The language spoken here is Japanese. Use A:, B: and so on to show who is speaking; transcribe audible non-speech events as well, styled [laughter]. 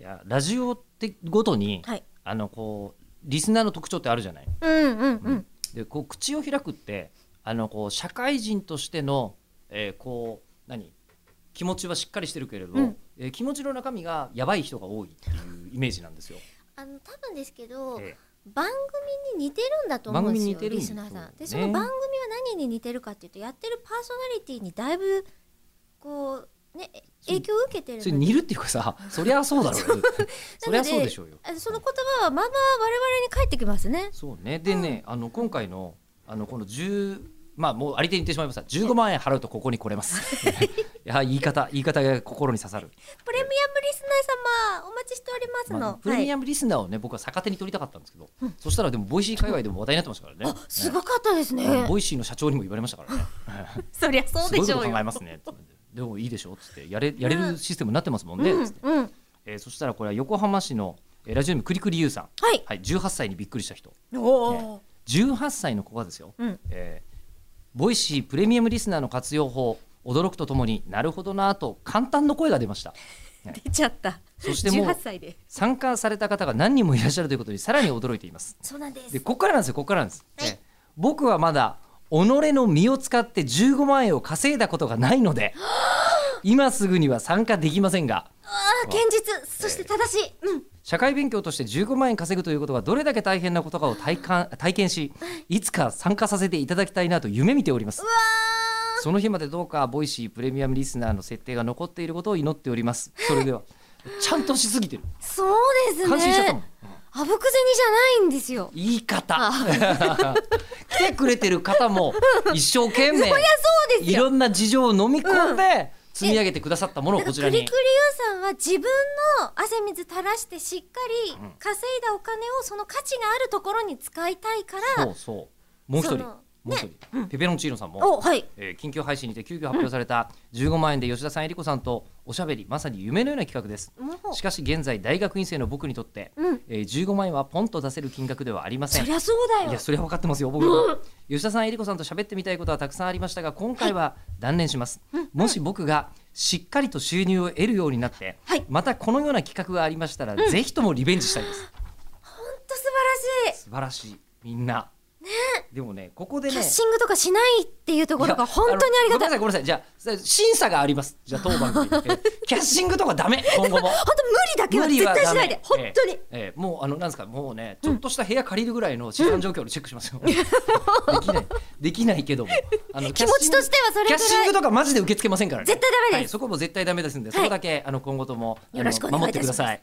A: いやラジオってごとに、
B: はい
A: あのこうリスナーの特徴ってあるじゃない。
B: うんうんうん
A: でこう口を開くってあのこう社会人としての、えーこう何気持ちはしっかりしてるけれど、
B: うん
A: えー気持ちの中身がやばい人が多いっていうイメージなんですよ。
B: あの多分ですけど、
A: え
B: 番組に似てるんだと思うんですよ
A: 番組に
B: リ
A: 似て
B: ス
A: るん
B: ナ
A: だ
B: ーさん。で
A: そ
B: そう
A: ね
B: の番組は何に似てるかっていうとやってるパーソナリティにだいぶこうね影響を受けて
A: ー
B: るの
A: そ
B: で
A: れ似るっていうかさそりゃ [laughs] そうだろうよそりゃそうでしょうよ。
B: あその言葉はまあまあ我々に返ってきますね。
A: そうねでね、あの今回のあのこの10まあもうありてに言ってしまいました15万円払うとここに来れます [laughs] いや言い方言い方が心に刺さる、
B: プレミアムリスナー様お待ちしておりますの。
A: まあプレミ
B: はい
A: アムリスナーをね僕は逆手に取りたかったんですけど、そしたらでもボイシー界隈でも話題になってましたからね
B: あすごかったですね。
A: ねボイシーの社長にも言われましたからね [laughs]
B: そりゃそう
A: す
B: で
A: ごい
B: し
A: こ
B: ょ
A: と
B: うよ
A: 考え。ますねってでもいいでしょっつってやれやれるシステムになってますもんね、つって
B: うんうん
A: えーそしたらこれは横浜市のえーラジオネームくりくりゆうさん、
B: はい。
A: はい、18歳にびっくりした人
B: おお、
A: ね18歳の子がですよ、
B: うん
A: えーボイシープレミアムリスナーの活用法驚くとともになるほどなぁと簡単の声が出ました
B: 出ちゃった。
A: そしてもう
B: 18歳で。
A: 参加された方が何人もいらっしゃるということにさらに驚いています
B: そうなんです
A: で。ここからなんですよここからなんです、
B: はい
A: えー僕はまだ己の身を使って15万円を稼いだことがないの
B: [gasps]
A: で今すぐには参加できませんが
B: あ堅実そして正しい、うん
A: 社会勉強として15万円稼ぐということがどれだけ大変なことかを体感体験しいつか参加させていただきたいなと夢見ております
B: うわ
A: その日までどうかボイシープレミアムリスナーの設定が残っていることを祈っておりますそれではちゃんとしすぎてる
B: ーそうですね
A: 感心しちゃったもん、
B: あぶく銭じゃないんですよ
A: 言い方 [laughs] 来てくれてる方
B: [laughs]
A: も一生懸命
B: そうです
A: い
B: よ
A: ろんな事情を飲み込んで積み上げてくださったものを
B: だ
A: こ
B: から
A: ち
B: ク
A: ら
B: リ
A: に
B: クリユさんは自分の汗水垂らしてしっかり稼いだお金をその価値があるところに使いたいから、
A: そうそうもう一人
B: その
A: もう一人、ペペロンチーノさんも
B: おはい
A: えー緊急配信にて急遽発表された15万円で吉田さんえりこさんとおしゃべりまさに夢のような企画です
B: もう
A: しかし現在大学院生の僕にとって、
B: うん
A: えー15万円はポンと出せる金額ではありませ
B: そ
A: ん
B: りゃそうだよ
A: いやそれは分かってますよ僕は吉田さんえりこさんと喋ってみたいことはたくさんありましたが今回は断念します、もし僕がしっかりと収入を得るようになって、
B: はい
A: またこのような企画がありましたら、ぜひともリベンジしたいです
B: ほんと素晴らしい
A: 素晴らしいみんな、でもねここで
B: キャ
A: ね
B: ッシングとかしないっていうところが本当にありがたい
A: やあのごめんなさいごめんなさいじゃあ審査がありますじゃあ当番
B: [laughs]
A: 組えキャッシングとかダメ今後も
B: 本当無理だけは
A: 無理
B: 絶
A: は
B: 対
A: ダ
B: し
A: メ
B: ないで本当に、
A: ええええもうあのなんですかもうねちょっとした部屋借りるぐらいの資産状況でチェックしますよ、できないできないけどもあの
B: [laughs] 気持ちとしてはそれぐ
A: キ
B: ら
A: ャッ
B: い
A: シングとかマジで受け付けませんからね
B: 絶対ダメです
A: はいそこも絶対ダメですんで、
B: はい
A: そこだけあの今後ともあの
B: よろしくお願いいたします
A: 守ってください